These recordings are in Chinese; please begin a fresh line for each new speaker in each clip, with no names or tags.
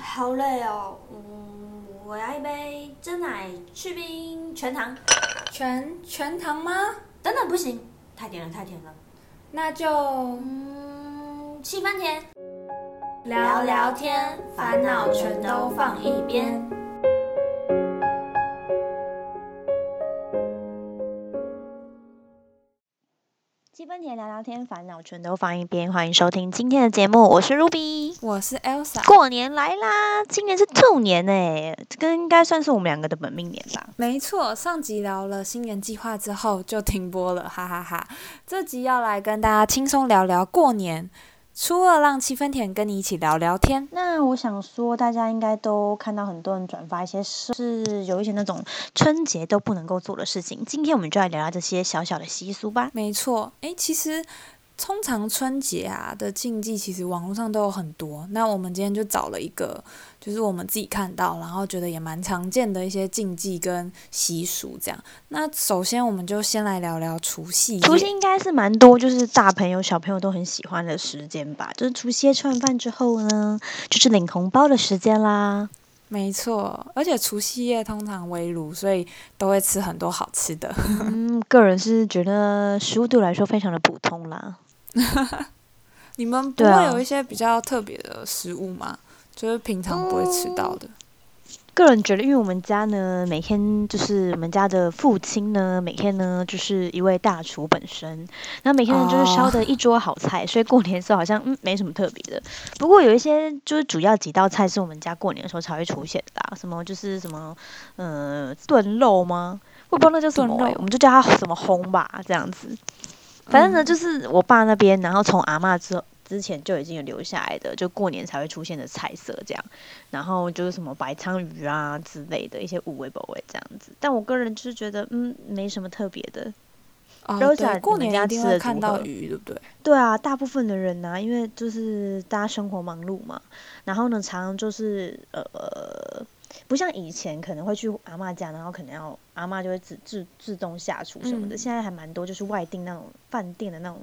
好累哦，嗯，我要一杯真奶去冰全糖。
全全糖吗？
等等，不行，太甜了，太甜了。
那就
嗯，七分甜。
聊聊天，烦恼全都放一边。
七分甜聊聊天，烦恼全都放一边。欢迎收听今天的节目，我是 Ruby。
我是 Elsa，
过年来啦，今年是兔年哎，这个应该算是我们两个的本命年吧。
没错，上集聊了新年计划之后就停播了，哈哈哈这集要来跟大家轻松聊聊过年，初二让七分甜跟你一起聊聊天。
那我想说，大家应该都看到很多人转发一些事，是有一些那种春节都不能够做的事情。今天我们就来聊聊这些小小的习俗吧。
没错，诶，其实通常春节啊的禁忌，其实网络上都有很多。那我们今天就找了一个，就是我们自己看到，然后觉得也蛮常见的一些禁忌跟习俗这样。那首先，我们就先来聊聊除夕夜。
除夕应该是蛮多，就是大朋友小朋友都很喜欢的时间吧。就是除夕夜吃完饭之后呢，就是领红包的时间啦。
没错，而且除夕夜通常围炉，所以都会吃很多好吃的。
嗯，个人是觉得食物对我来说非常的普通啦。
你们不
对啊
会有一些比较特别的食物吗？就是平常不会吃到的。
个人觉得，因为我们家呢，每天就是我们家的父亲呢，每天呢就是一位大厨本身，然后每天呢就是烧
哦
的一桌好菜，所以过年的时候好像嗯没什么特别的。不过有一些就是主要几道菜是我们家过年的时候才会出现的啊啦，什么就是什么呃炖肉吗？我也不知道那叫什么欸、
炖肉
我们就叫它什么烘吧，这样子。反正呢，
嗯
就是我爸那边，然后从阿嬷之后之前就已经有留下来的，就过年才会出现的菜色这样。然后就是什么白鲳鱼啊之类的一些五味口味这样子。但我个人就是觉得，嗯，没什么特别的。
哦，
Rosa，
对，过
你们
年
啊家
一定
吃
会
的
看
如
到
何
鱼，对不对？
对啊，大部分的人呐、因为就是大家生活忙碌嘛，然后呢，常常就是呃，不像以前可能会去阿嬷家，然后可能要阿嬷就会自自自动下厨什么的。
嗯
现在还蛮多，就是外订那种饭店的那种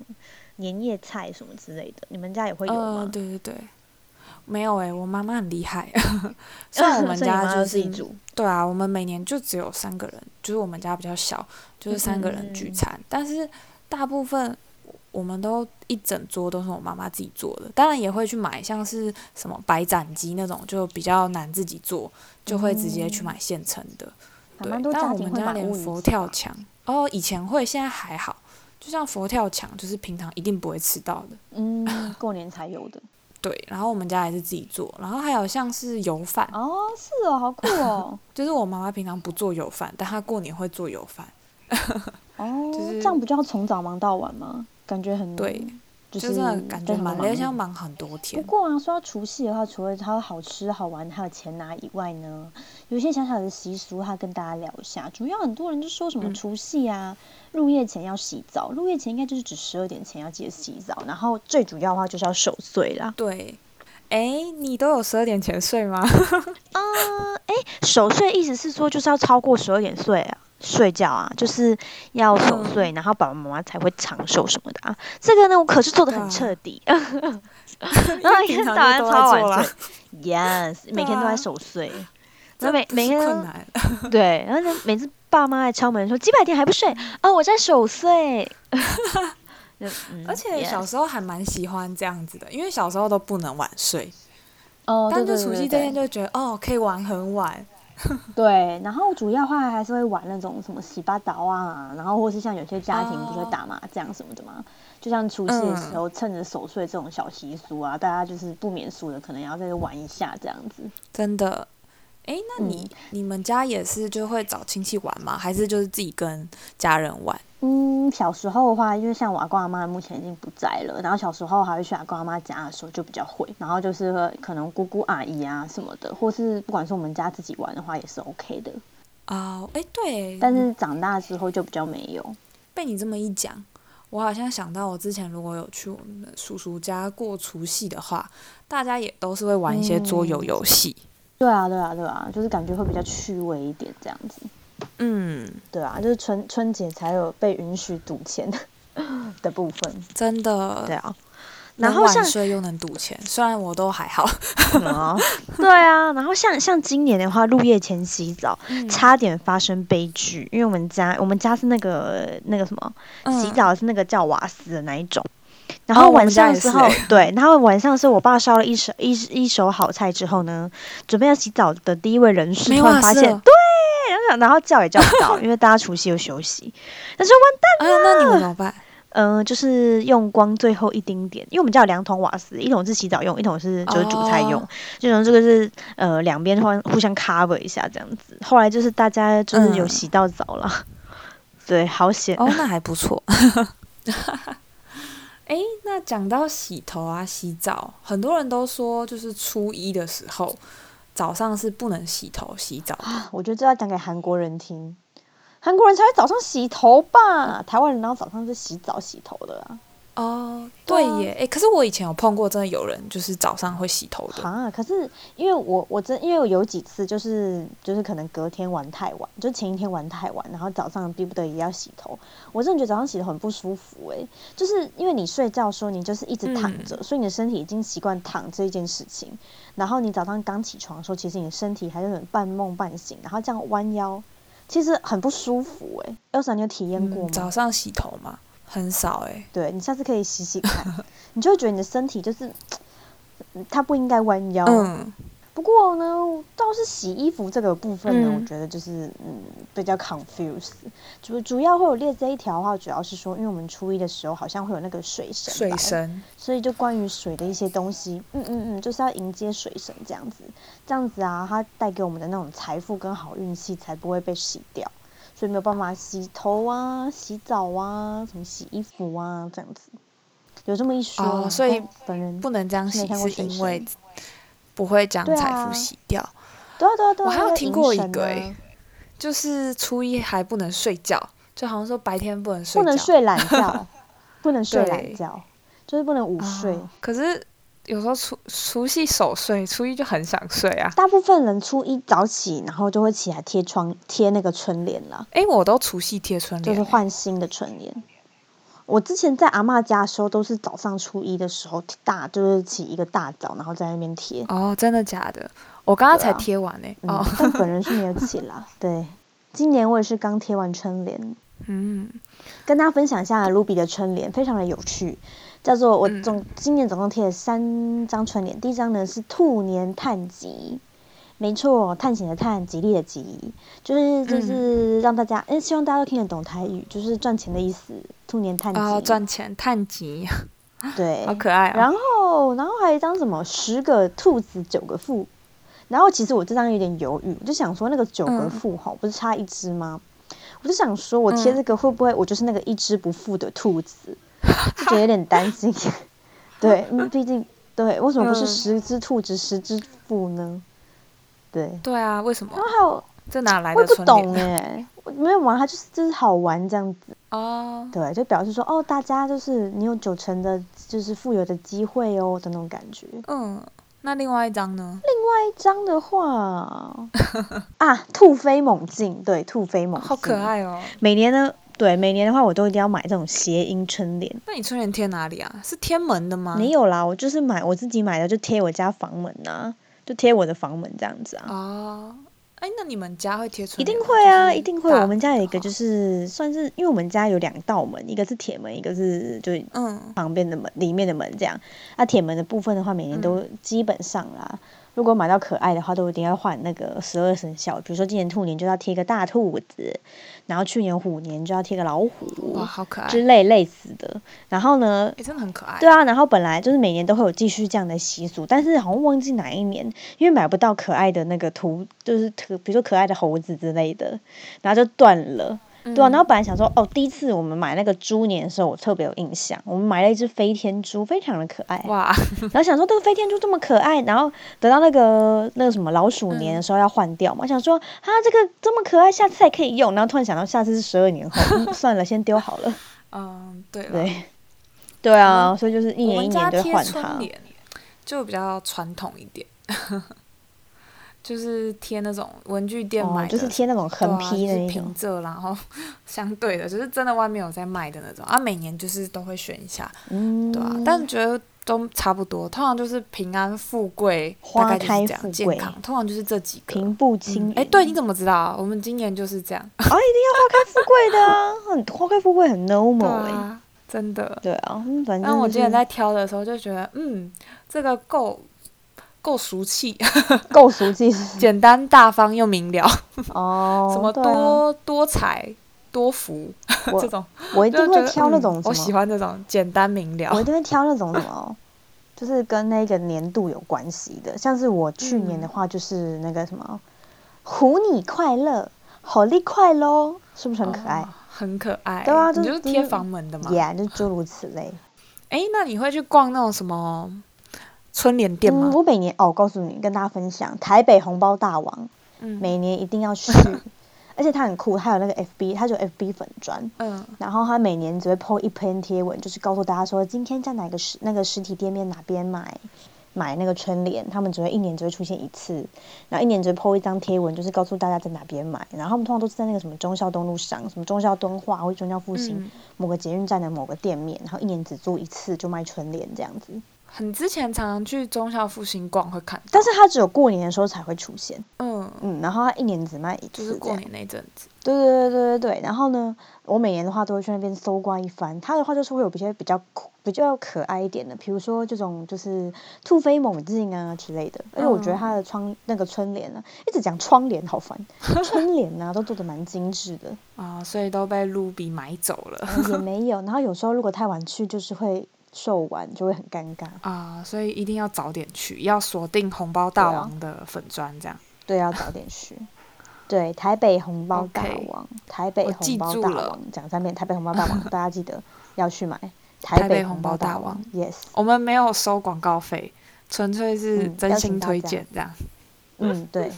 年夜菜什么之类的，你们家也会有吗？
呃，对对对，没有诶、欸我妈妈很厉害。 虽然我 们
所以你
家
妈
就
要
是
自己煮，
对啊，我们每年就只有三个人，就是我们家比较小，就是三个人
嗯
聚餐，但是大部分我们都一整桌都是我妈妈自己做的，当然也会去买像是什么白斩鸡那种，就比较难自己做，就会直接
嗯
去买现成的。
好
对
蛮多，
但
家
我
庭
们
会
家
买
连
乌鱼
佛
子
跳
吧
墙哦，以前会，现在还好，就像佛跳墙，就是平常一定不会吃到的。
嗯，过年才有的。
对，然后我们家也是自己做，然后还有像是油饭，
哦，是哦，好酷哦。
就是我妈妈平常不做油饭，但她过年会做油饭。
哦，
就是
这样不就要从早忙到晚吗？感觉很
对，
就
就是真的感觉
非常
蛮
忙
累，而且要
碌
忙很多
不
天。
过啊，说到除夕的话，除了它好吃好玩还有钱拿以外呢，有一些小小的习俗，它跟大家聊一下。主要很多人就说什么
嗯
除夕啊，入夜前要洗澡，入夜前应该就是指十二点前要记得洗澡，然后最主要的话就是要守岁啦。
对，哎，你都有十二点前睡吗？
守岁意思是说就是要超过十二点睡啊。睡觉啊，就是要守
嗯
岁，然后爸爸妈妈才会长寿什么的啊。这个呢，我可是做的很
对啊
彻底，
因
然后每
为平
天
嗯常
早上
就 都
超
在做
晚
啦
睡，，yes，每天都
啊
在守岁。
这
那每
不
每嗯
是
天
困
都
难。
对，然后呢，每次爸妈来敲门说几百天还不睡，哦，我在守岁。 就嗯
而且
yes
小时候还蛮喜欢这样子的，因为小时候都不能晚睡，
哦，对
但
对
就
对
除
对
夕这天就觉得哦，可以玩很晚。
对，然后主要话还是会玩那种什么洗八刀啊，然后或是像有些家庭不是
哦
会打麻将什么的嘛，就像除夕的时
嗯
候，趁着守岁这种小习俗啊，大家就是不免俗的，可能也要在这玩一下这样子。
真的。哎，那你、
嗯
你们家也是就会找亲戚玩吗？还是就是自己跟家人玩？
嗯，小时候的话，因为像我阿公阿妈目前已经不在了，然后小时候还会去阿公阿妈家的时候就比较会，然后就是会可能姑姑阿姨啊什么的，或是不管是我们家自己玩的话也是 OK 的，
哦，哎，对，
但是长大之后就比较没有。
被你这么一讲，我好像想到我之前如果有去我们的叔叔家过除夕的话，大家也都是会玩一些桌
嗯
游游戏。
对啊，对啊，对啊，就是感觉会比较趣味一点这样子。
嗯，
对啊，就是春春节才有被允许赌钱的部分。
真的。
对啊。然后
能晚
像
睡又能赌钱，虽然我都还好，
哦， 对啊，然后像像今年的话，入夜前洗澡
嗯
差点发生悲剧，因为我们家我们家是那个那个什么，洗
嗯
澡是那个叫瓦斯的那一种。然
哦
后
我
晚
们家
上
也
的时
是
候，对，然后晚上的时候，我爸烧了一手一一手好菜之后呢，准备要洗澡的第一位人士，
没
突然
瓦
发
斯
现，对，
了
然后想然后叫也叫不到，因为大家除夕又休息。但是完，
啊，那你们怎 么办？
嗯、就是用光最后一丁点，因为我们家有两桶瓦斯，一桶是洗澡用，一桶是就是煮菜用
哦，
这种这个是呃两边互互相 cover 一下这样子。后来就是大家就是有
嗯
洗到澡了， 对，好险。
哦，那还不错。 哎，那讲到洗头啊、洗澡，很多人都说，就是初一的时候，早上是不能洗头、洗澡的。
我觉得这要讲给韩国人听，韩国人才会早上洗头吧？台湾人然后早上是洗澡洗头的啊？
哦，
对
对
啊
耶，哎，可是我以前有碰过，真的有人就是早上会洗头的。
啊，可是因为我我真因为我有几次就是就是可能隔天玩太晚，就前一天玩太晚，然后早上逼不得已要洗头，我真的觉得早上洗头很不舒服诶、就是因为你睡觉的时候你就是一直躺
嗯
着，所以你的身体已经习惯躺这一件事情，然后你早上刚起床的时候，其实你的身体还是很半梦半醒，然后这样弯腰。其实很不舒服诶、欸、，Elsa，你有体验过吗？
嗯，早上洗头嘛，很少哎。
对你下次可以洗洗看， 你就会觉得你的身体就是，嗯它不应该弯腰。
嗯，
不过呢，倒是洗衣服这个部分呢，我
嗯
觉得就是嗯比较 confused。主主要会有列这一条的话，主要是说，因为我们初一的时候好像会有那个水神，
水，神，
所以就关于水的一些东西，嗯嗯嗯，就是要迎接水神这样子，这样子啊，它带给我们的那种财富跟好运气才不会被洗掉。所以没有办法洗头啊、洗澡啊、什么洗衣服啊这样子，有这么一说啦、
哦所以
但本人
不能这样
没
洗
看，过
是
水
因为
神
不会将
对
财
啊
富洗掉。
对啊对啊对啊，
我还有
要
听
迎
过一
神
个
啊
欸就是初一还不能睡觉，就好像说白天不能睡觉，
不能睡懒 觉，不能睡懒
对
觉，就是不能午
啊
睡。
可是有时候除除夕守岁，初一就很想睡啊。
大部分人初一早起，然后就会起来贴窗贴那个春联啦，
诶，我都除夕贴春
就
联
是
欸，
换新的春联。我之前在阿嬷家的时候，都是早上初一的时候大，就是起一个大早，然后在那边贴。
哦，真的假的？我刚刚
对啊
才贴完呢、
嗯
哦，，
但本人是没有起啦。对，今年我也是刚贴完春联，
嗯，
跟大家分享一下卢比的春联，非常的有趣，叫做我
嗯
总、今年总共贴了三张春联。第一张呢是兔年探吉，没错，探险的探，吉利的吉，就是
嗯
就是让大家，哎、希望大家都听得懂台语，就是赚钱的意思。兔年探吉，
哦，赚钱探吉，
对，
好可爱哦。
然后，然后还有一张什么十个兔子九个富，然后其实我这张有点犹豫，我就想说那个九个
嗯
富哈、不是差一只吗？我就想说我贴
嗯
这个会不会我就是那个一只不富的兔 子，就觉得有点担心。对，嗯，毕竟对，为什么不是
嗯
十只兔子十只富呢？对，
对啊，为什么
然后？还有
这哪来
我
的
也不
春
懂
联？
哎、我没有玩，它就是就是好玩这样子。
哦，
对，就表示说哦，大家就是你有九成的，就是富有的机会哦的那种感觉。
嗯，那另外一张呢？
另外一张的话 啊，突飞猛进，对，突飞猛进，
好可。爱哦。
每年呢，对，每年的话，我都一定要买这种谐音春联。
那你春联贴哪里啊？是天门的吗？
没有啦，我就是买我自己买的，就贴我家房门呐、就贴我的房门这样子啊。
哦，哎，那你们家会贴春
一定
联吗
会啊，
就是
一定会。
大哦
我们家有一个
好
就是算是，因为我们家有两道门，一个是铁门，一个是就是
嗯，
旁边的门里面的门这样。那、铁门的部分的话，每年都基本上啦，如果买到可爱的话，都一定要换那个十二生肖。比如说今年兔年就要贴一个大兔子，然后去年虎年就要贴个老虎
哇，好可爱，
之类类似的。然后呢？
哎，真的很可爱。
对啊，然后本来就是每年都会有继续这样的习俗，但是好像忘记哪一年，因为买不到可爱的那个图，就是可比如说可爱的猴子之类的，然后就断了。对啊，然后本来想说，哦，第一次我们买那个猪年的时候，我特别有印象，我们买了一只飞天猪，非常的可爱。
哇，
然后想说这个飞天猪这么可爱，然后等到那个那个什么老鼠年的时候要换掉嘛，想说啊这个这么可爱，下次还可以用。然后突然想到下次是十二年后，嗯算了，先丢好了。
嗯，对了，
对，对啊，所以就是一年
我
一
们
年
家
都
贴
会换
春
它。
联就比较传统一点， 就是贴那种文具店
哦
买，的，
就是贴那种横批的那
对啊、就是
种
平。仄，然后 相对的，就是真的外面有在卖的那种啊，每年就是都会选一下，
嗯，
对啊，但觉得都差不多，通常就是平安富贵，
花
大概就是
开
这
富
样，
贵
健康，通常就是这几个。
平步青云。
哎、对，你怎么知道啊？我们今年就是这样。
哦，一定要花开富贵的啊，很花开富贵很 normal 哎、
对啊，真的。
对啊，嗯反正
但我
就
今年
是
在挑的时候就觉得，嗯，这个够够俗气，
够熟记是
简单大方又明了，
哦，
什么
对
多、多彩多福
我
这种，
啊、我一
就
定会
觉得
挑那
嗯
种什么，
我喜欢这啊种简单明了
我一。定会挑那种什么，就是跟那个年度有关系的。像是我去
嗯
年的话，就是那个什么“虎你快乐，好利快喽”，是不是很可爱
哦？很可爱。
对啊就
你就是是
就是
贴房门的嘛。
yeah，就诸如此 类。
哎、那你会去逛那种什么春联店吗
嗯，？我每年哦，我告诉你，跟大家分享，台北红包大王
嗯
每年一定要 去，而且它很酷，它有那个 FB，它就有 FB 粉砖，
嗯
然后他每年只会 PO 一篇贴文，就是告诉大家说今天在哪个实那个实体店面哪边买买那个春联，他们只会一年只会出现一次，然后一年只会 PO 一张贴文，就是告诉大家在哪边买。然后他们通常都是在那个什么中孝东路上，什么中孝敦化或者中孝复兴、
嗯，
某个捷运站的某个店面，然后一年只做一次就卖春联这样子。
很之前常常去中校复兴逛会看到，
但是它只有过年的时候才会出现，
嗯，
嗯，然后它一年只卖一次，
就是过年那阵子，
对对对对对对，然后呢，我每年的话都会去那边搜刮一番。它的话就是会有一些比较酷比较可爱一点的，比如说这种就是突飞猛进啊之类的。而且我觉得它的窗那个春联啊，一直讲窗帘好 烦，春联啊都做的蛮精致的，
啊、所以都被卢比买走了
然后也没有。然后有时候如果太晚去，就是会售完，就会很尴尬。
啊、所以一定要早点去，要锁定红包大
啊
王的粉砖这样。
对，要早点去。对，台北红包大
OK，
王台北
我
红
记
包
住
大
了
王，讲三遍台北红包大 王，大家记得要去买。
台
台
北
北
红
红
包
包
大
大
王
王，yes。
我们没有收广告费，纯粹是
嗯
真
邀
心
请大
推
家
荐这样。
嗯， 对。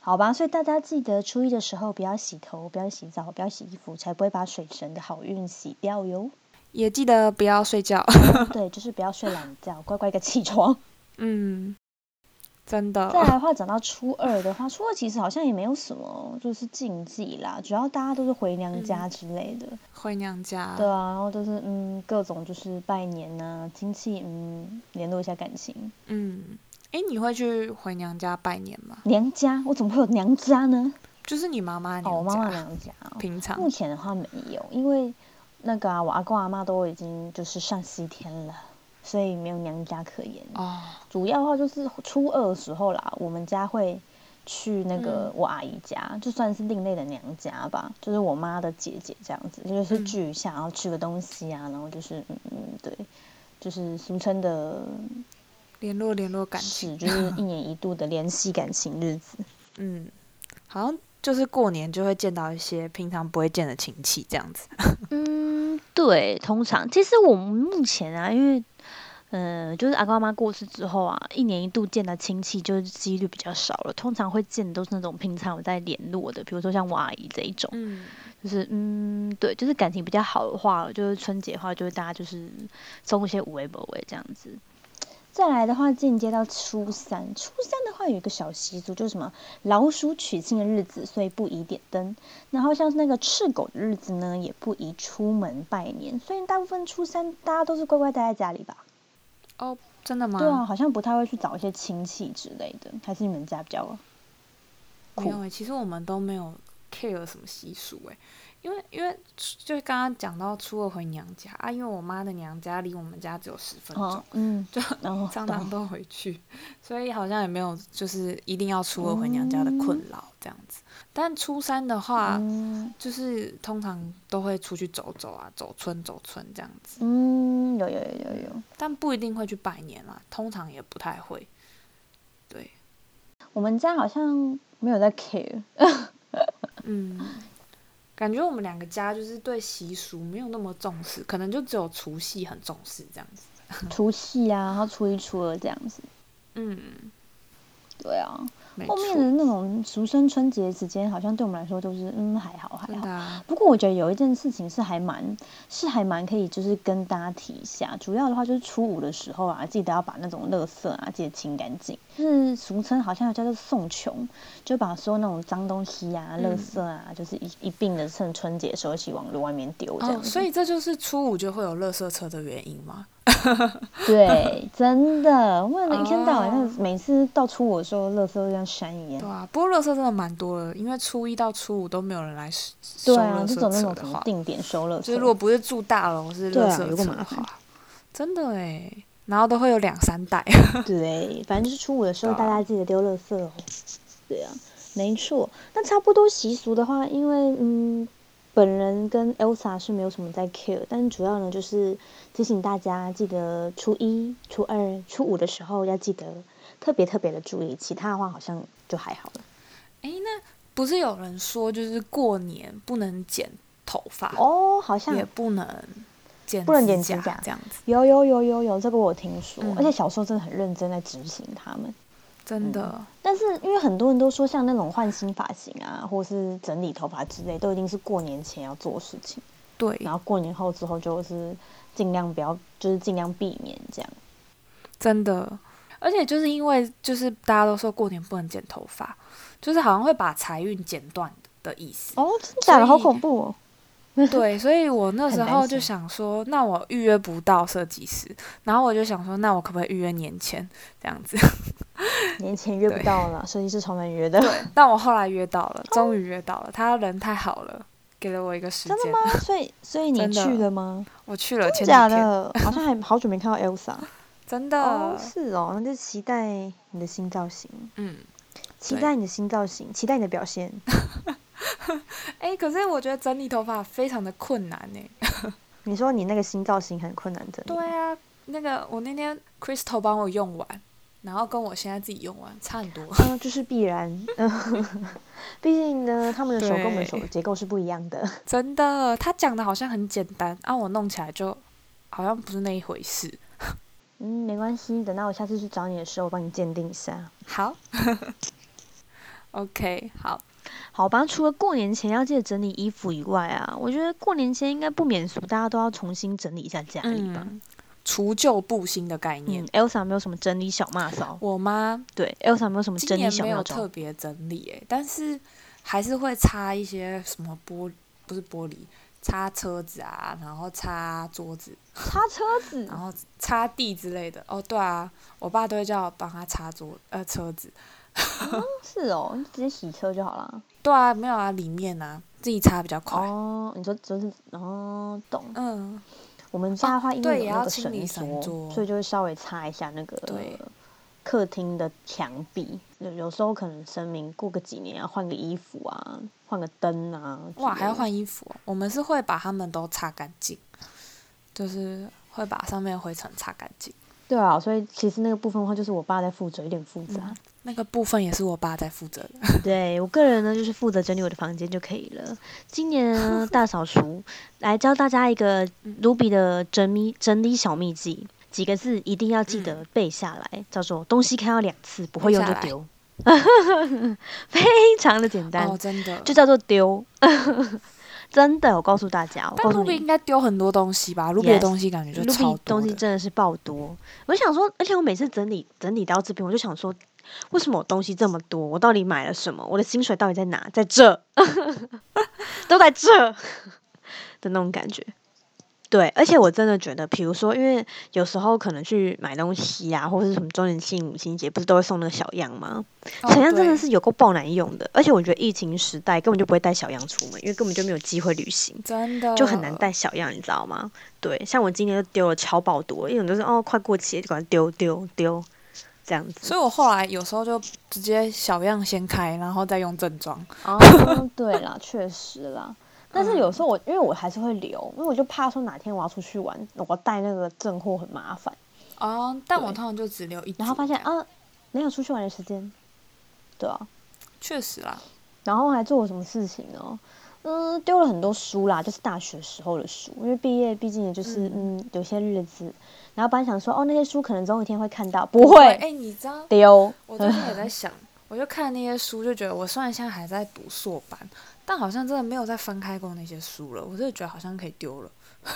好吧，所以大家记得初一的时候不要洗头，不要洗澡，不要洗衣服，才不会把水神的好运洗掉 哟。
也记得不要睡觉，
对，就是不要睡懒觉，乖乖的起床。
嗯，真的。
再来的话，讲到初二的话，初二其实好像也没有什么就是禁忌啦，主要大家都是回娘
嗯
家之类的。
回娘家。
对啊，然后就是嗯，各种就是拜年呐、亲戚嗯联络一下感情。
嗯，哎，你会去回娘家拜年吗？
娘家，我怎么会有娘家呢？
就是你妈妈的
哦，我
娘
妈
家，
妈娘家、哦。
平常
目前的话没有，因为那个啊，我阿公阿妈都已经就是上西天了，所以没有娘家可言。
哦，
主要的话就是初二的时候啦，我们家会去那
嗯
个我阿姨家，就算是另类的娘家吧，就是我妈的姐姐这样子，就是
嗯
聚一下，然后吃个东西啊，然后就是嗯嗯对。就是俗称的，
联络联络感情，
是就是一年一度的联系感情日子。
嗯，好像就是过年就会见到一些平常不会见的亲戚这样子。
嗯，对，通常其实我们目前啊，因为呃，就是阿公阿妈过世之后啊，一年一度见的亲戚就是几率比较少了，通常会见的都是那种平常有在联络的，比如说像我阿姨这一种，
嗯，
就是嗯，对，就是感情比较好的话，就是春节的话，就是大家就是送一些五味博味这样子。再来的话，进阶到初三，初三的话有一个小习俗，就是什么老鼠娶亲的日子，所以不宜点灯。然后像是那个赤狗的日子呢，也不宜出门拜年。所以大部分初三大家都是乖乖待在家里吧？
哦，真的吗？
对啊，好像不太会去找一些亲戚之类的，还是你们家比较
没有诶，其实我们都没有 care 什么习俗诶，因为因为就是刚刚讲到初二回娘家啊，因为我妈的娘家离我们家只有十分钟
哦，，嗯，
就
然后
常常都回去， 所以好像也没有就是一定要初二回娘家的困扰这样子。但初三的话，
哦嗯
就是通常都会出去走走啊，走村走村这样子，
嗯，有有有有有。
但不一定会去拜年啦，通常也不太会。对，
我们家好像没有在 care，
嗯，感觉我们两个家就是对习俗没有那么重视，可能就只有除夕很重视这样子。
除夕啊，然后初一、初二这样子。
嗯，
对啊，
没
后面的
错，
那种俗称春节时间，好像对我们来说就是嗯还好还
真
好
的。啊，
不过我觉得有一件事情是还蛮是还蛮可以，就是跟大家提一下。主要的话就是初五的时候啊，记得要把那种垃圾啊记得清干净，就是俗称好像有叫做送穷，就把所有那种脏东西啊、垃
嗯
圾啊，就是一一并的趁春节的时候一起往外面丢这样
哦，
子。
所以这就是初五就会有垃圾车的原因吗？
对，真的，为了一天到晚，
哦
那个每次到初五的时候，垃圾都像山一样。
对啊，不过垃圾真的蛮多的，因为初一到初五都没有人来收收
对啊，
垃
这种
圾
那
车
种
的
什么
话，
定点收垃圾，
就是如果不是住大楼是
对
垃
啊
圾
有够
车的
麻烦
话，真的哎，然后都会有两三袋。
对，反正就是初五的时候，
对
大家
啊
记得丢垃圾哦。对啊，没错。那差不多习俗的话，因为嗯，本人跟 Elsa 是没有什么在 care，但主要呢就是提醒大家记得初一、初二、初五的时候要记得特别特别的注意，其他的话好像就还好了。
哎，那不是有人说就是过年不能剪头发，
哦，好像
也不能剪
不能剪
指
指甲
这样子，
有有有有有，这个我有听说，
嗯
而且小时候真的很认真在执行他们。
真的。
但是因为很多人都说，像那种换新发型啊，或是整理头发之类，都一定是过年前要做的事情。
对，
然后过年后之后，就是尽量不要，就是尽量避免这样。
真的。而且就是因为就是大家都说过年不能剪头发，就是好像会把财运剪断的意思。
哦，真的假的？
所
好
以
恐怖哦！
对，所以我那
很
时
担
候就
心
想说，那我预约不到设计师，然后我就想说，那我可不可以预约年前这样子？
年前约不
对
到了，设计师超难约的。
对，但我后来约到了，终于约到了，他人太好了，给了我一个时
真的
间。
吗？所以所以你
真的
去了吗？
我去了前
真
几
假
天，
的？好像还好久没看到 Elsa
真的，
哦，是哦，那就期待你的新造型，
嗯，
期
对
待你的新造型，期待你的表现。
哎、可是我觉得整理头发非常的困难呢、
你说你那个新造型很困难整理
对
吗，
啊， 那个我那天 Crystal 帮我用完，然后跟我现在自己用完差很多。
嗯、这是必 然，毕竟呢，他们的手跟我们的手
对
的结构是不一样的。
真的，他讲的好像很简单，啊，我弄起来就好像不是那一回事。
嗯，没关系，等到我下次去找你的时候，我帮你鉴定一下。
好 ，OK，好，
好吧，除了过年前要记得整理衣服以外啊，我觉得过年前应该不免俗，大家都要重新整理一下家里吧。
嗯，除旧布新的概念。
嗯，Elsa 没有什么整理小骂骚，
我妈
对，Elsa 没有什么
今
整理
年
小哦
没
妙
有特
招。
别整理、欸，但是还是会擦一些什么玻不是玻璃，擦车子啊，然后擦桌子，
擦车子
然后擦地之类的。哦，对啊，我爸都会叫我帮他擦桌呃车子。
是哦，你直接洗车就好了。
对啊，没有啊，里面啊自己擦比较快。
哦，你说就是哦，懂。
嗯，
我们家的话，因
对
为
也
有那
要
个
清
神
理
桌，
神桌
所以就会稍微擦一下那个
对
客厅的墙壁。有有时候可能声明过个几年啊，换个衣服啊，换个灯啊之类的。
哇，还要换衣服哦、我们是会把它们都擦干净，就是会把上面灰尘擦干净。
对啊，所以其实那个部分的话，就是我爸在负责，有点复杂。
那个部分也是我爸在负责的。
对我个人呢，就是负责整理我的房间就可以了。今年呢 大扫除，来教大家一个 Ruby 的整理整理小秘籍，几个字一定要记得背下来，叫做东西看到两次，不会用就
嗯背下来
丢， 非常的简单，
哦，真的。
就叫做丢。 真的，我告诉大家，我
但
告诉
露比
你
应。该丢很多东西吧？露比的
Yes，
东西感觉就
Ruby
超多
东西
的。
真的是爆多，我想说，而且我每次整理整理到这边，我就想说，为什么我东西这么多？我到底买了什么？我的薪水到底在哪？在这， 都在这的那种感觉。对，而且我真的觉得，比如说，因为有时候可能去买东西啊，或者是什么周年庆、母亲节，不是都会送那个小样吗？
哦
小样真的
对
是有够爆难用的，而且我觉得疫情时代根本就不会带小样出门，因为根本就没有机会旅行。
真的
就很难带小样，你知道吗？对，像我今年就丢了超爆多，一种就是哦快过期了，就赶快丢丢丢这样子。
所以我后来有时候就直接小样先开，然后再用正装。
哦，对啦，确实啦。但是有时候我因为我还是会留，因为我就怕说哪天我要出去玩，我带那个正货很麻烦，
哦，但我
对
通常就只留一组这样。
然
欸
后发现啊没有出去玩的时间，对啊。
确实啦，
然后还做了什么事情呢？嗯，丢了很多书啦，就是大学时候的书，因为毕业毕竟也就是嗯有些日子，然后本来想说哦那些书可能总有一天会看到，不
对
会
哎，你知道
丢，
我最 近也在想，我就看那些书，就觉得我虽然现在还在读硕班，但好像真的没有再翻开过那些书了。我真的觉得好像可以丢了。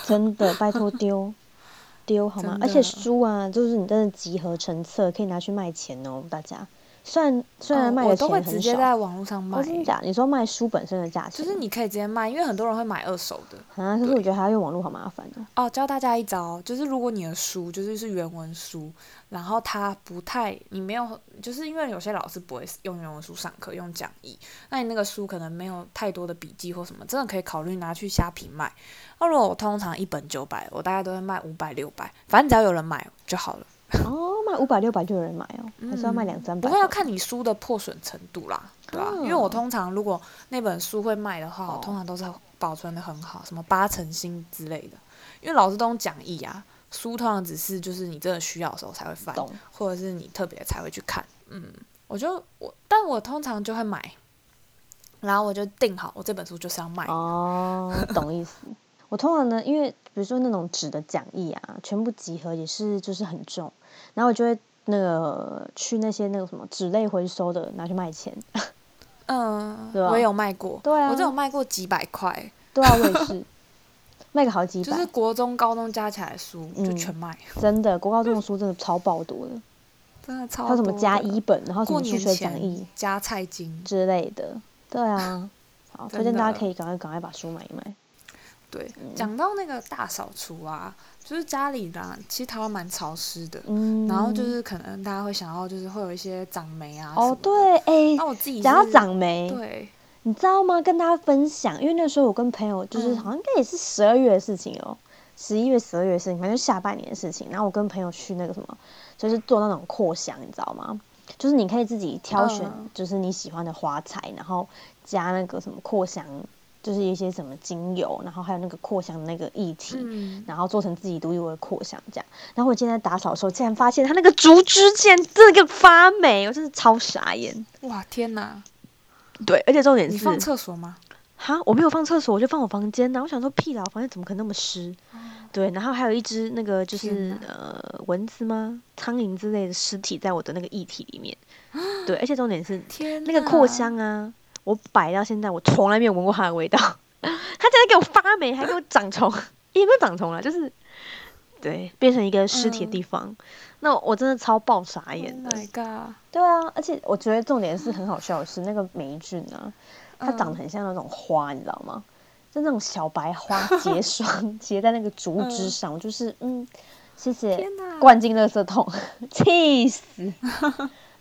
真的，拜托丢丢好吗？
真
而且
的
书啊，就是你真的集合成册，可以拿去卖钱哦，大家虽然虽然
嗯
卖
我
的
都
钱
会直
很
接
少，
在网络上卖
哦，真的
欸，
假的？你说卖书本身的价
就
钱吗？
是你可以直接卖，因为很多人会买二手的。
啊，可是
对
我觉得还要用网络好麻烦 哦。
哦，教大家一招，就是如果你的书就是是原文书，然后它不太，你没有，就是因为有些老师不会用原文书上课，用讲义，那你那个书可能没有太多的笔记或什么，真的可以考虑拿去虾皮卖。那如果我通常一本九百，我大概都会卖五百六百，反正只要有人买就好了。
哦，卖五百六百就有人买哦，还是要卖两三百？哦
嗯不过要看你书的破损程度啦，对吧、
嗯
因为我通常如果那本书会卖的话，
哦
我通常都是保存的很好，什么八成新之类的。因为老师都用讲义啊，书通常只是就是你真的需要的时候才会翻
懂，
或者是你特别才会去看。嗯，我就我，但我通常就会买，然后我就定好我这本书就是要卖。
哦，懂意思。我通常呢，因为比如说那种纸的讲义啊，全部集合也是就是很重，然后我就会那个去那些那个什么纸类回收的拿去卖钱。
嗯，
对啊
我也有卖过，
对啊
我这有卖过几百块，
对啊，我也是卖个好几
就
百，
是国中、高中加起来的书就
嗯
全卖，
真的国高中的书真的超爆多的，
真的超
还有
多
什
的。
么加一本，然后哦什
过
么数
年
学讲
前
义
加菜金，
之类的。对 啊，好，推
真
荐
的
大家可以赶快赶快把书买一买。
对，
嗯
讲到那个大扫除啊，就是家里啦，其实台湾蛮潮湿的，
嗯，
然后就是可能大家会想要，就是会有一些长霉啊什么
哦，
的。
对，哎、
那我自己
讲到
是，
长霉，
对，
你知道吗？跟大家分享，因为那时候我跟朋友就是
嗯
好像应该也是十二月的事情哦，十一月、十二月的事情，反正就下半年的事情。然后我跟朋友去那个什么，就是做那种扩香，你知道吗？就是你可以自己挑选
嗯，
就是你喜欢的花材，然后加那个什么扩香，就是一些什么精油，然后还有那个扩香的那个液体，
嗯，
然后做成自己独一无二的扩香这样。然后我今天在打扫的时候，竟然发现它那个竹枝竟然真的给发霉，我真的超傻眼。
哇，天哪！
对，而且重点
你
是，
放厕所吗？
哈，我没有放厕所，我就放我房间呐。我想说，屁啦，我房间怎么可能那么湿？对，然后还有一只那个就
天
是
哪
呃蚊子吗？苍蝇之类的尸体在我的那个液体里 面。对，而且重点是
天
那个扩
哪，，Oh
香啊，我摆到现在我从来没有闻过它的味道， 它竟然给我发霉，还给我长虫，也没有长虫啦，就是对，变成一个尸体的
嗯
地方。那我真的超爆傻
Oh
眼的。
my god！
对啊，而且我觉得重点是很好笑的是那个霉菌啊，它长得
嗯
很像那种花，你知道吗？就那种小白花结 霜结在那个竹枝
嗯
上，我就是嗯，谢谢
天哪，
灌进垃圾桶，气 死！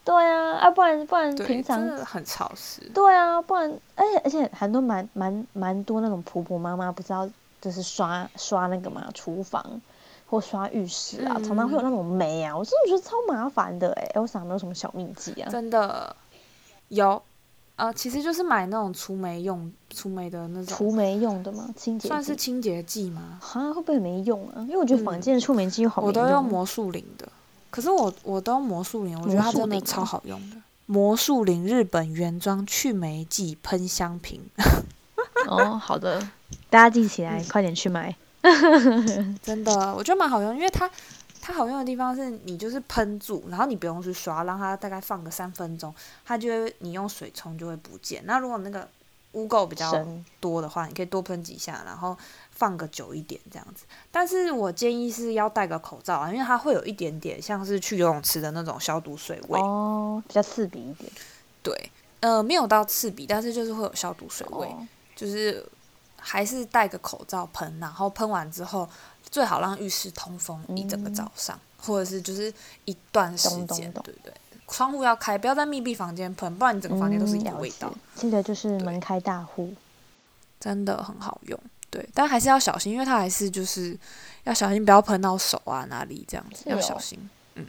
对啊，啊不然不然
对
平常
真的很潮湿。
对啊，不然而且而且很多蛮蛮蛮多那种婆婆妈妈不知道就是刷刷那个嘛厨房或刷浴室啊，常常会有那
嗯
种霉啊，我真的觉得超麻烦的哎、欸，我想有没有什么小秘籍啊？
真的有，呃，其实就是买那种除霉用除霉的那种，
除霉用的吗？清洁
算是
剂
清洁剂吗？
啊，会不会没用啊？因为我觉得坊
嗯
间的触媒机好没
我都用
用
魔术林的，可是我我都用魔术林，我觉得它真
魔术
的
林
超好用的。魔术林日本原装去霉剂喷香瓶，
哦。好的，大家记起来，快点去买。
真的我觉得蛮好用，因为它它好用的地方是你就是喷住，然后你不用去刷，让它大概放个三分钟，它就会你用水冲就会不见。那如果那个污垢比较
神
多的话，你可以多喷几下，然后放个久一点这样子。但是我建议是要戴个口罩啊，因为它会有一点点像是去游泳池的那种消毒水味。
哦，比较刺鼻一点。
对，呃，没有到刺鼻，但是就是会有消毒水味，
哦，
就是还是戴个口罩喷，然后喷完之后最好让浴室通风一整个
嗯
早上，或者是就是一段时
懂懂
间，
懂
对不对？窗户要开，不要在密闭房间喷，不然你整个房间都是一
嗯
个
了
味道，
解记得就是
对
门开大户。
真的很好用。对，但还是要小心，因为它还是就是要小心，不要喷到手啊哪里这样子，
是
要
哦
小心。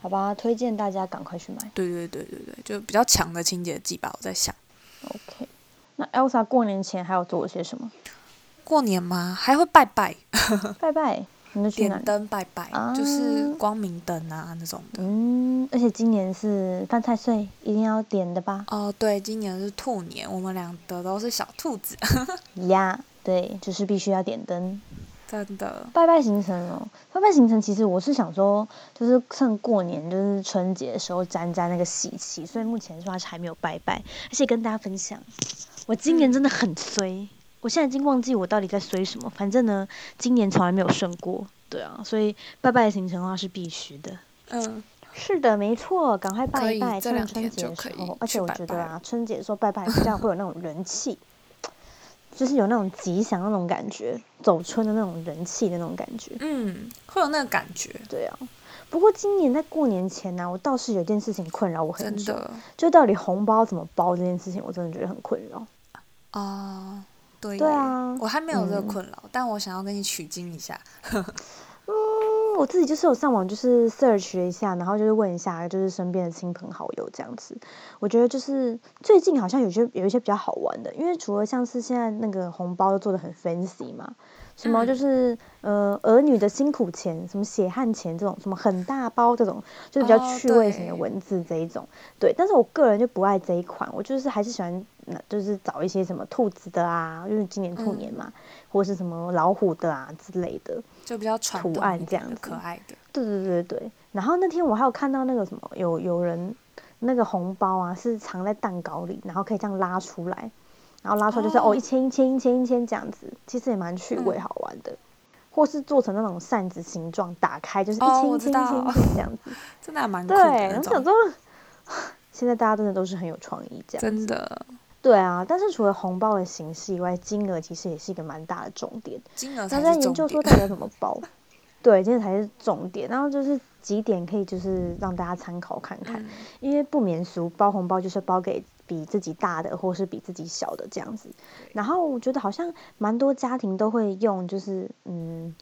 好吧，推荐大家赶快去买。
对对对对对，就比较强的清洁剂吧，我在想。
OK，那 Elsa 过年前还有做了些什么？
过年嘛，还会拜拜，
拜拜，你都去哪
嗯点
里？
灯拜拜，
啊
就是光明灯啊那种的。
嗯，而且今年是饭菜岁，一定要点的吧？
哦，对，今年是兔年，我们两个都是小兔子，
呀，对，就是必须要点灯。
真的。
拜拜行程哦，拜拜行程其实我是想说，就是趁过年就是春节的时候沾沾那个喜气，所以目前说还是还没有拜拜，而且跟大家分享，我今年真的很衰，我现在已经忘记我到底在衰什么，反正呢，今年从来没有顺过，对啊，所以拜拜的行程的话是必须的。
嗯，
是的，没错，赶快
可
拜一
以
拜，
这
趁
两
春
天
节
就
的
可
时
以
候。而
去
且我
拜
觉
拜
得啊
了，
春节的时候拜拜比较会有那种人气，就是有那种吉祥的那种感觉，走春的那种人气的那种感觉。
嗯，会有那个感觉，
对啊，不过今年在过年前啊呢、我倒是有一件事情困扰我很
真
久，
的
就到底红包怎么包这件事情，我真的觉得很困扰。
啊、哦对
对
耶
啊
我还没有这个
嗯
困扰，但我想要跟你取经一下，
嗯，我自己就是有上网，就是 search 了一下，然后就是问一下，就是身边的亲朋好友这样子。我觉得就是最近好像有些有一些比较好玩的，因为除了像是现在那个红包都做的很 fancy 嘛，什么
嗯
就是、呃儿女的辛苦钱，什么血汗钱这种，什么很大包这种，就是比较
哦
趣味型的
对
文字这一种。对，但是我个人就不爱这一款，我就是还是喜欢。那就是找一些什么兔子的啊，因为今年兔
嗯
年嘛，或是什么老虎的啊之类的。
就比较传
图
统
案
一
这
点
样
的
子
可爱的，
对对对对。然后那天我还有看到那个什么，有有人那个红包啊，是藏在蛋糕里，然后可以这样拉出来，然后拉出来就是哦
哦
一千一千一千一千这样子，其实也蛮趣味
嗯
好玩的。或是做成那种扇子形状，打开就是一
哦
千一
我
千
知
一千
道
一千这样子。
真的还蛮酷
对，
的
然
那
后想
种，
说，现在大家真的都是很有创意这样。
真的
对啊，但是除了红包的形式以外，金额其实也是一个蛮大的重点。
金额
他
才
在
是
研
重
究说
点。
到底要怎么 包。对，这才是重点。然后就是几点可以就是让大家参考看看，
嗯
因为不免俗，包红包就是包给比自己大的或是比自己小的这样子。然后我觉得好像蛮多家庭都会用，就是嗯。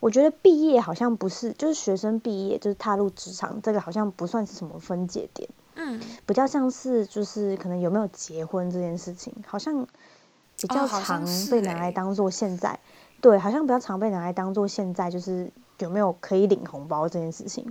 我觉得毕业好像不是，就是学生毕业，就是踏入职场，这个好像不算是什么分界点，
嗯，
比较像是就是可能有没有结婚这件事情，好像比
哦
较
好像
常
是
被拿来
欸
当做现在，对，好像比较常被拿来当做现在就是有没有可以领红包这件事情。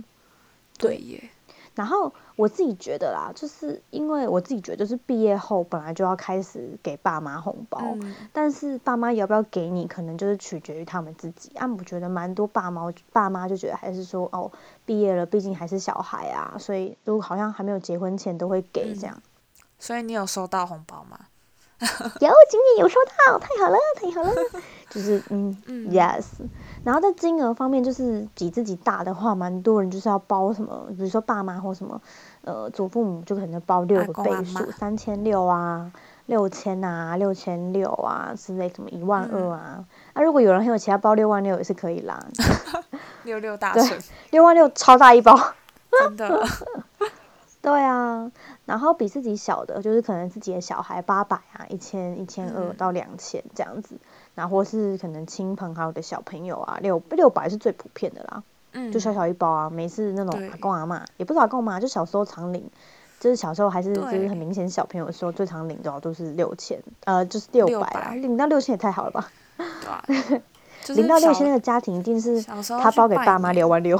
对
对耶，
然后我自己觉得啦，就是因为我自己觉得，就是毕业后本来就要开始给爸妈红包，
嗯，
但是爸妈要不要给你，可能就是取决于他们自己。啊，我觉得蛮多爸妈爸妈就觉得还是说，哦，毕业了，毕竟还是小孩啊，所以如果好像还没有结婚前都会给
嗯
这样。
所以你有收到红包吗？
有，今年有收到，太好了，太好了。就是嗯
嗯
y e s 然后在金额方面，就是比自己大的话，蛮多人就是要包什么，比如说爸妈或什么，呃，祖父母就可能就包六
阿
个
公
倍
阿
数，
嬷
三千六啊，六千啊，六千六啊之类，什么一万二
嗯
啊。那、如果有人很有钱，他包六万六也是可以啦，
六六大
对
顺，
六万六超大一包。
真的，
对啊，然后比自己小的，就是可能自己的小孩八百啊，一千、一千二
嗯
到两千这样子，然后或是可能亲朋好友的小朋友啊，六六百是最普遍的啦，
嗯，
就小小一包啊，每次那种
对
阿公阿嬷，也不是阿公阿嬷，就小时候常领，就是小时候还是就是
对
很明显小朋友的时候最常领的都是六千，呃，就是六百啦，
600
领到六千也太好了吧，
对啊， 就是
领到六千那
小
个家庭一定是
小时候
他
去
包给
拜
爸妈
年
六万六。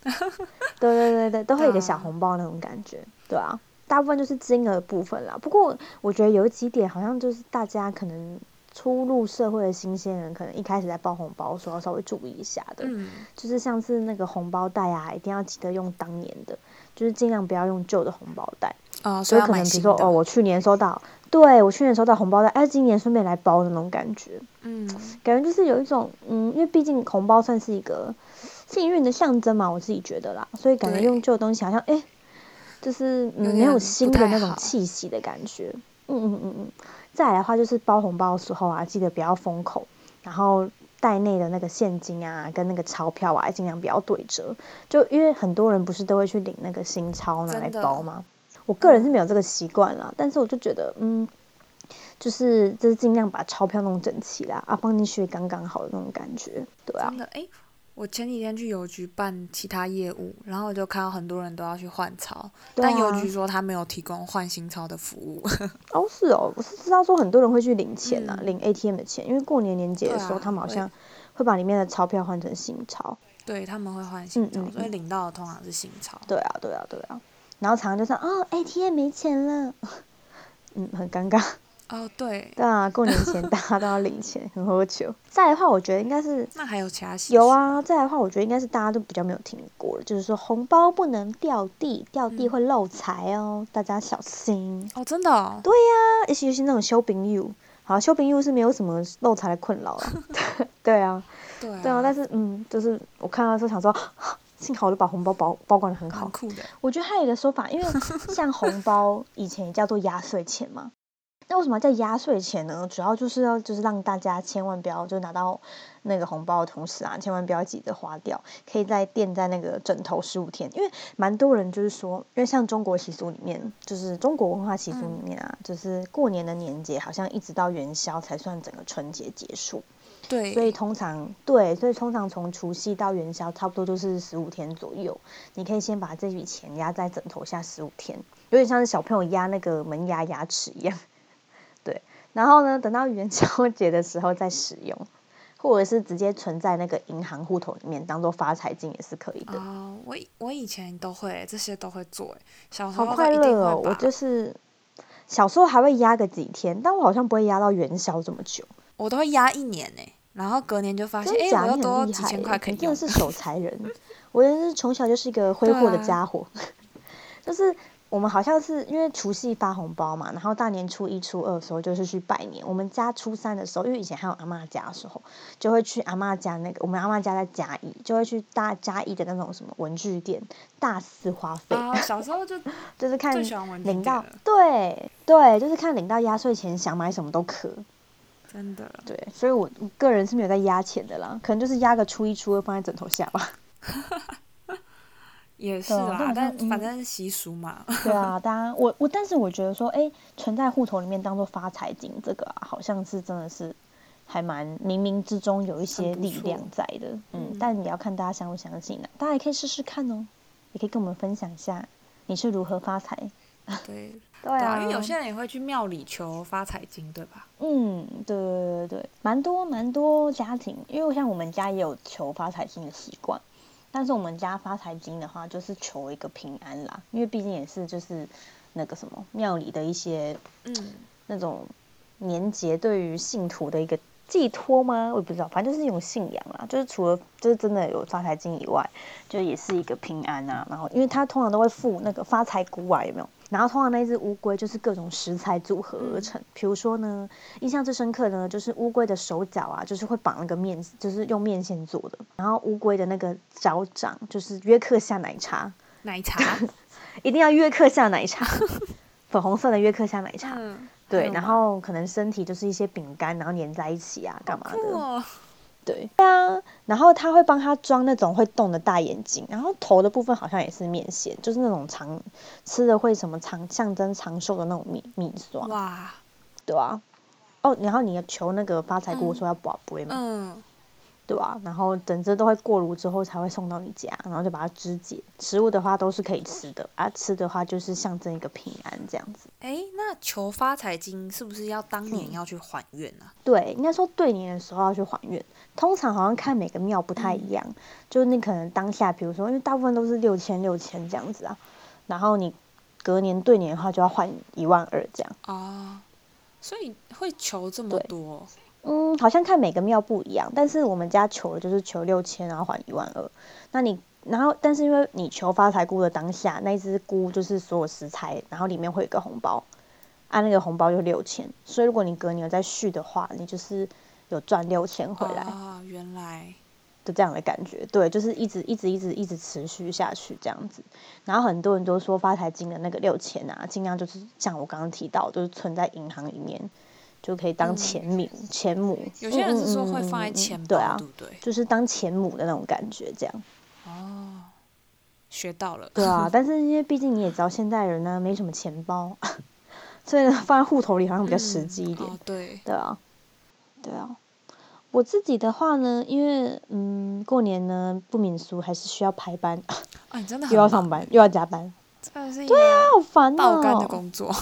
对对对对，都会有一个
对啊
小红包那种感觉，对啊，大部分就是金额的部分啦。不过我觉得有几点好像就是大家可能初入社会的新鲜人，可能一开始在包红包的时候要稍微注意一下的，
嗯，
就是像是那个红包袋啊，一定要记得用当年的，就是尽量不要用旧的红包袋。
哦，
所
所
以
以要
可
买
能比如
新
说
的，
哦，我去年收到，对我去年收到红包袋，哎，今年顺便来包的那种感觉。
嗯，
感觉就是有一种，嗯，因为毕竟红包算是一个 幸运的象征嘛，我自己觉得啦，所以感觉
对
用旧东西好像，哎、就是、嗯、
有
没有
点
新
不
的
太
那种
好
气息的感觉。嗯嗯嗯嗯。再来的话，就是包红包的时候啊，记得不要封口，然后袋内的那个现金啊，跟那个钞票啊，尽量不要对折。就因为很多人不是都会去领那个新钞拿
真
来
的
包吗？我个人是没有这个习惯啦，但是我就觉得，嗯，就是就是尽量把钞票弄整齐啦，啊，放进去刚刚好的那种感觉，对啊
真，的，哎，我前几天去邮局办其他业务，然后我就看到很多人都要去换钞，
对啊
但邮局说他没有提供换新钞的服务，
哦是哦，我是知道说很多人会去领钱啊，
嗯
领 ATM 的钱，因为过年年节的
对
时候，
啊
他们好
会
像会把里面的钞票换成新钞，
对他们会换新
嗯
钞
嗯，
所以
嗯
领到的通常是新钞，
对啊，对啊，对啊，然后常常就说哦 ATM 没钱了， 嗯，很尴尬。
哦，对，
对啊，过年前大家都要领钱，很喝酒。再来的话，我觉得应该是
那还有其他习
有
俗，
啊。再来的话，我觉得应该是大家都比较没有听过了，就是说红包不能掉地，掉地
嗯
会漏财哦，大家小心。
哦，真的哦，
对呀、尤其尤其那种修饼柚，好，修饼柚是没有什么漏财的困扰啊。对啊，嗯
对
对啊，但是嗯，就是我看到的时候想说， 幸好我就把红包保保管的很好
蛮。酷的。
我觉得还有一个说法，因为像红包以前也叫做压岁钱嘛。那为什么要叫压岁钱呢？主要就是要就是让大家千万不要就拿到那个红包的同时啊，千万不要急着花掉，可以再垫在那个枕头十五天。因为蛮多人就是说，因为像中国习俗里面，就是中国文化习俗里面啊，就是过年的年节好像一直到元宵才算整个春节结束。
对，
所以通常对，所以通常从除夕到元宵，差不多就是十五天左右。你可以先把这笔钱压在枕头下十五天，有点像是小朋友压那个门牙牙齿一样。 对，然后呢，等到元宵节的时候再使用，或者是直接存在那个银行户头里面，当做发财金也是可以的。
啊、我以我以前都会，这些都会做。哎，小时
好
候
快
都一定
乐哦！
会把
我就是小时候还会压个几天，但我好像不会压到元宵这么久。
我都会压一年呢，然后隔年就发现，
真
哎、
假？
我又
你
多
很厉
几
害欸，
千块可以
你真
用
的。是守财人。我真是从小就是一个挥霍的
对啊
家伙， 就是我们好像是因为除夕发红包嘛，然后大年初一、初二的时候就是去拜年。我们家初三的时候，因为以前还有阿嬷家的时候，就会去阿嬷家那个，我们阿嬷家在嘉义，就会去大嘉义的那种什么文具店大肆花费，
啊，小时 候就
就是看
最喜欢玩
领
零
到
了，
对对，就是看领到压岁钱，想买什么都可。
真的。
对，所以我我个人是没有在压钱的啦，可能就是压个初一、初二放在枕头下 吧。
也是
对啊
啦，
但好
但
像嗯
反正习俗嘛，
对啊，大家我我，但是我觉得说，哎、存在户头里面当做发财金，这个啊，好像是真的是还蛮冥冥之中有一些
很不
力量
错
在的。嗯
嗯，
但也要看大家相不相信啦、大家也可以试试看哦，也可以跟我们分享一下你是如何发财。
对，
对
对啊，因为有些人也会去庙里求发财金，对吧？
嗯，对对对对，蛮多蛮多家庭，因为像我们家也有求发财金的习惯，但是我们家发财金的话，就是求一个平安啦，因为毕竟也是就是那个什么庙里的一些
嗯，
那种年节对于信徒的一个寄托吗？我也不知道，反正就是一种信仰啦。就是除了就是真的有发财金以外，就也是一个平安啊。然后，因为它通常都会附那个发财菇啊，有没有？然后通常那只乌龟就是各种食材组合而成，比如说呢，印象最深刻呢，就是乌龟的手脚啊，就是会绑那个面，就是用面线做的。然后乌龟的那个脚掌就是约克夏奶茶，
奶茶，
一定要约克夏奶茶，粉红色的约克夏奶茶。
嗯，还
对，
有
然
吗
后可能身体就是一些饼干，然后粘在一起啊，干嘛
酷
的？
哦，
对，对啊。然后他会帮他装那种会动的大眼睛，然后头的部分好像也是面线，就是那种长吃的会什么长象征长寿的那种米米酸，
哇，
对啊。哦，然后你要求那个发财锅说要啊保杯嘛，
嗯，
对吧、然后整只都会过炉之后才会送到你家，然后就把它肢解。食物的话都是可以吃的，啊，吃的话就是象征一个平安这样子。
哎，那求发财金是不是要当
嗯
年要去还愿啊？
对，应该说对年的时候要去还愿。通常好像看每个庙不太一样，就是你可能当下，比如说，因为大部分都是六千六千这样子啊，然后你隔年对年的话就要换一万二这样。
哦，所以会求这么
对
多，
嗯，好像看每个庙不一样，但是我们家求的就是求六千，然后还一万二。那你，然后但是因为你求发财菇的当下，那一只菇就是所有食材，然后里面会有一个红包，按、那个红包就六千，所以如果你隔年有再续的话，你就是有赚六千回来。
啊，原来，
的这样的感觉，对，就是一直一直一直一直持续下去这样子。然后很多人都说发财金的那个六千啊，尽量就是像我刚刚提到，就是存在银行里面，就可以当
嗯
钱母、钱母。
有些人是说
嗯嗯嗯
会放在
嗯嗯
钱
对
包，
啊
对，不对？
就是当钱母的那种感觉，这 样。
哦，学到了，
对啊，但是因为毕竟你也知道，现代人呢没什么钱包， 所以呢放在户头里好像比较实
嗯
际一点。
哦，对，
对啊，对啊。我自己的话呢，因为嗯，过年呢不免俗，还是需要排班，
啊，你真的很
又要
忙
上班，又啊要加班，
真的是一个
好烦
爆肝的
哦。
工作，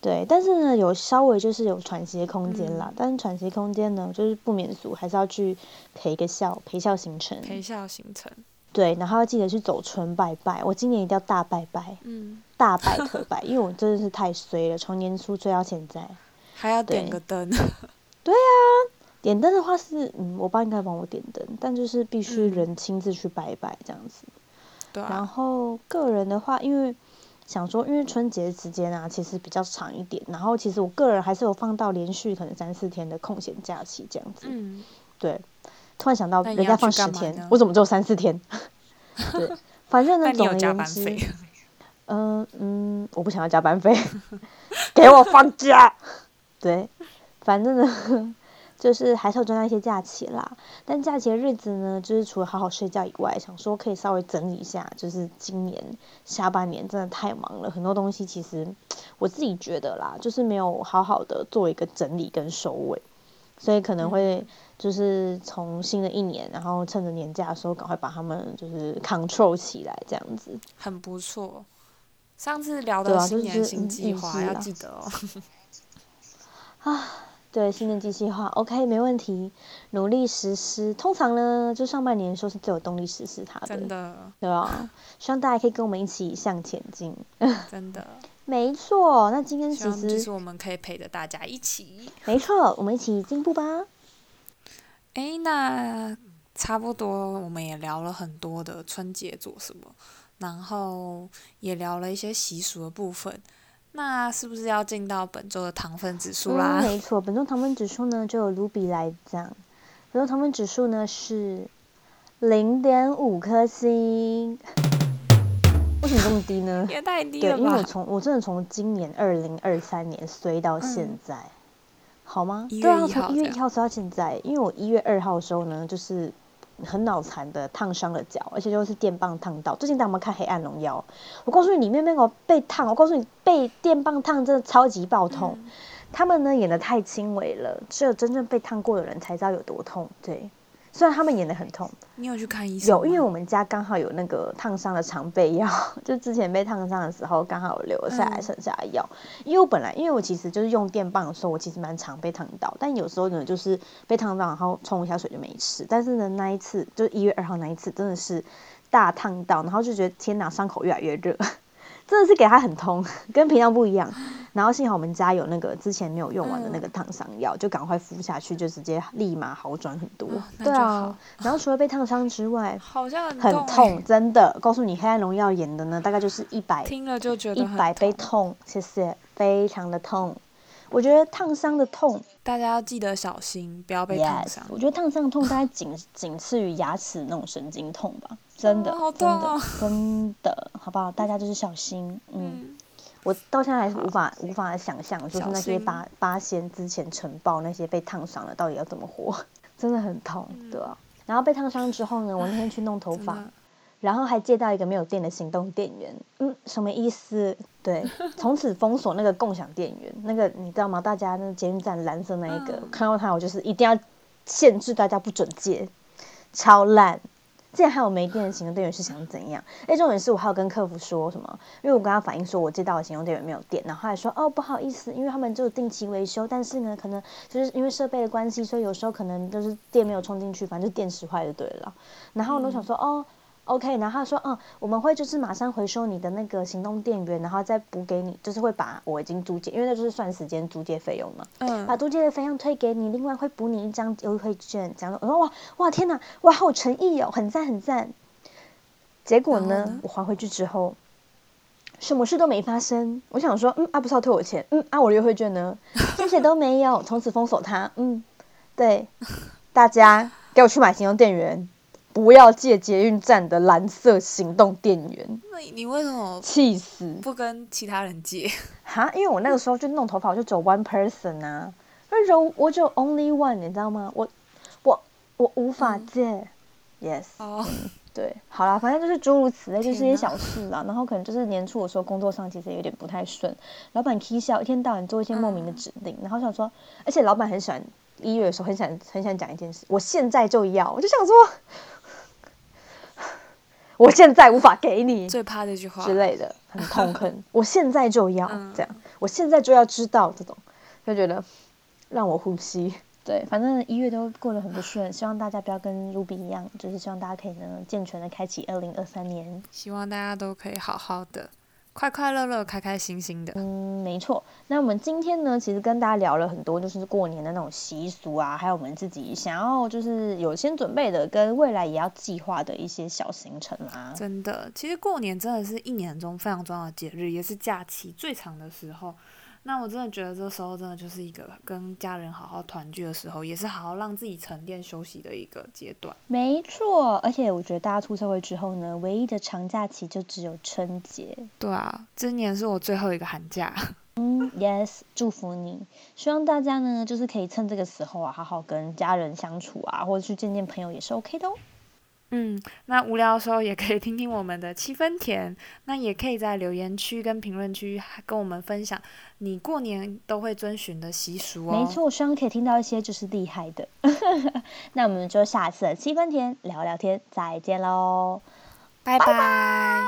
对，但是呢，有稍微就是有喘息的空间
嗯
啦。但是喘息空间呢，就是不免俗，还是要去陪个笑，陪笑行程。
陪笑行程，
对，然后要记得去走村拜拜。我今年一定要大拜拜，
嗯，
大拜特拜，因为我真的是太衰了，从年初追到现在。
还要点
对
个灯，
点灯的话是，嗯，我爸应该帮我点灯，但就是必须
嗯
人亲自去拜拜这样子。
对
然
啊，
后个人的话，因为想说，因为春节时间啊，其实比较长一点。然后其实我个人还是有放到连续可能三四天的空闲假期这样子。
嗯，
对，突然想到
那你
人
要
家
去
放十
干嘛
天
呢，
我怎么只有三四天？ 对，反正呢，
但你
总
有
而
加
言
班
之，
费，
嗯嗯，我不想要加班费， 给我放假。 对，反正呢， 就是还是有赚到一些假期啦。但假期的日子呢，就是除了好好睡觉以外，想说可以稍微整理一下，就是今年下半年真的太忙了，很多东西其实我自己觉得啦，就是没有好好的做一个整理跟收尾，所以可能会就是从新的一年，然后趁着年假的时候，赶快把它们就是 control 起来，这样子。
很不错。上次聊
对
的
啊
新
就
年
是
新
嗯
计
预
划、
计
要
啦
记得哦。
对，新年机器化，OK，没问题，努力实施。通常呢，就上半年的时候是最有动力实施它的，
真的，
对吧？希望大家可以跟我们一起向前进。
真的，
没错，那今天
希
其
望就
实
是我们可以陪着大家一起。
没错，我们一起进 步吧。
诶，那差不多我们也聊了很多的春节做什么，然后也聊了一些习俗的部分。那是不是要进到本周的糖分指数啦？
嗯，没错，本周糖分指数呢就有卢比来讲，本周糖分指数呢是零点五颗星， 为什么这么低呢？
也太低
对，
了
因为我
吧！
从我真的从今年二零二三年衰到现在，好吗？
1
对啊，
月1号
从一月
这样
一号衰到现在，因为我一月二号的时候呢，就是很脑残的烫伤了脚，而且就是电棒烫到。最近大家有没有看《黑暗荣耀》？我告诉你，里面那个被烫，我告诉你，被电棒烫真的超级爆痛。
嗯
他们呢演的太轻微了，只有真正被烫过的人才知道有多痛。对，虽然他们演的很痛，
你有去看医生吗？
有，因为我们家刚好有那个烫伤的常备药， 就之前被烫伤的时候刚好有留下来
嗯
剩下的药。因为我本来因为我其实就是用电棒的时候，我其实蛮常被烫到，但有时候呢就是被烫到，然后冲一下水就没事。但是呢那一次就一月二号那一次真的是大烫到，然后就觉得天哪，伤口越来越热。 真的是给它很痛，跟平常不一 样。然后幸好我们家有那个之前没有用完的
嗯
那个烫伤药，就赶快敷下去，就直接立马好转很多。
哦那
对
就
啊
好，
然后除了被烫伤之外，
好像很
很
痛欸
痛，真的。告诉你，《黑暗荣耀》演的呢，大概就是一百
听了就觉
一
得很
百倍
痛
痛，谢谢，非常的痛。我觉得烫伤的痛
大家要记得小心，不要被烫
，yes，
伤。嗯
我觉得烫伤的痛大概仅仅次于牙齿那种神经痛吧，真的，
哦好
真的，
痛哦
真的，好不好？大家就是小心，嗯
嗯，
我到现在还是无法无法想象，就是
小
那些
心
八八仙之前晨报那些被烫伤的到底要怎么活， 真的很痛，对啊。然后被烫伤之后呢，我那天去弄头
嗯真
发，
的
然后还借到一个没有电的行动电源，嗯，什么意思？对，从此封锁那个共享电源，那个你知道吗？大家那个捷运站蓝色那一个，
嗯
看到它我就是一定要限制大家不准借，超烂。竟然还有没电的行动电源是想怎样？哎，重点是我还有跟客服说什么，因为我跟他反映说我接到的行动电源没有电，然后他还说哦不好意思，因为他们就定期维修，但是呢可能就是因为设备的关系，所以有时候可能就是电没有充进去，反正就电池坏就对了啦。然后我都想说、哦。OK，然后他说，嗯，我们会就是马上回收你的那个行动电源，然后再补给你，就是会把我已经租借，因为那就是算时间租借费用嘛，把
嗯，
租借的费用退给你，另外会补你一张优惠券，这样。我说哇哇天哪，哇好有诚意哦，很赞很赞。结果
然
呢，
后呢
我还回去之后，什么事都没发生。我想说，嗯啊，不是要退我钱，嗯啊，我的优惠券呢？这些都没有，从此封锁他。嗯，对，大家给我去买行动电源，不要借捷运站的蓝色行动电源，
那你你为什么
气死！
不跟其他人借？
哈，因为我那个时候就弄头发，我就只有 one person 啊，那时候我只有 only one，你知道吗？我我我无法
嗯
借、y e s
哦，
对，好啦，反正就是诸如此类，就是一
天
些
哪
小事啦。然后可能就是年初的时候，工作上其实也有点不太顺，老板 k 笑，一天到晚做一些莫名的指令，然后想说，而且老板很喜欢一月的时候很想很想讲一件事，我现在就要，我就想说， 我现在无法给你，
最怕这句话
之类的， 很痛恨。我现在就要、
嗯
这样，我现在就要知道这种，就觉得让我呼吸。 对，反正一月都过得很不顺，希望大家不要跟 Ruby 一样，就是希望大家可以呢健全的开启二零二三年。
希望大家都可以好好的，快快乐乐、开开心心的。
嗯，没错。那我们今天呢，其实跟大家聊了很多，就是过年的那种习俗啊，还有我们自己想要就是有先准备的，跟未来也要计划的一些小行程啦。
真的，其实过年真的是一年中非常重要的节日，也是假期最长的时候。那我真的觉得这时候真的就是一个跟家人好好团聚的时候，也是好好让自己沉淀休息的一个阶段。
没错，而且我觉得大家出社会之后呢，唯一的长假期就只有春节。
对啊，今年是我最后一个寒假。
嗯，yes，祝福你。希望大家呢，就是可以趁这个时候啊，好好跟家人相处啊，或者去见见朋友也是 OK 的哦。
嗯，那无聊的时候也可以听听我们的七分甜，那也可以在留言区跟评论区跟我们分享你过年都会遵循的习俗哦。
没错，我希望可以听到一些就是厉害的。 那我们就下次的七分甜聊聊天，再见喽。
拜拜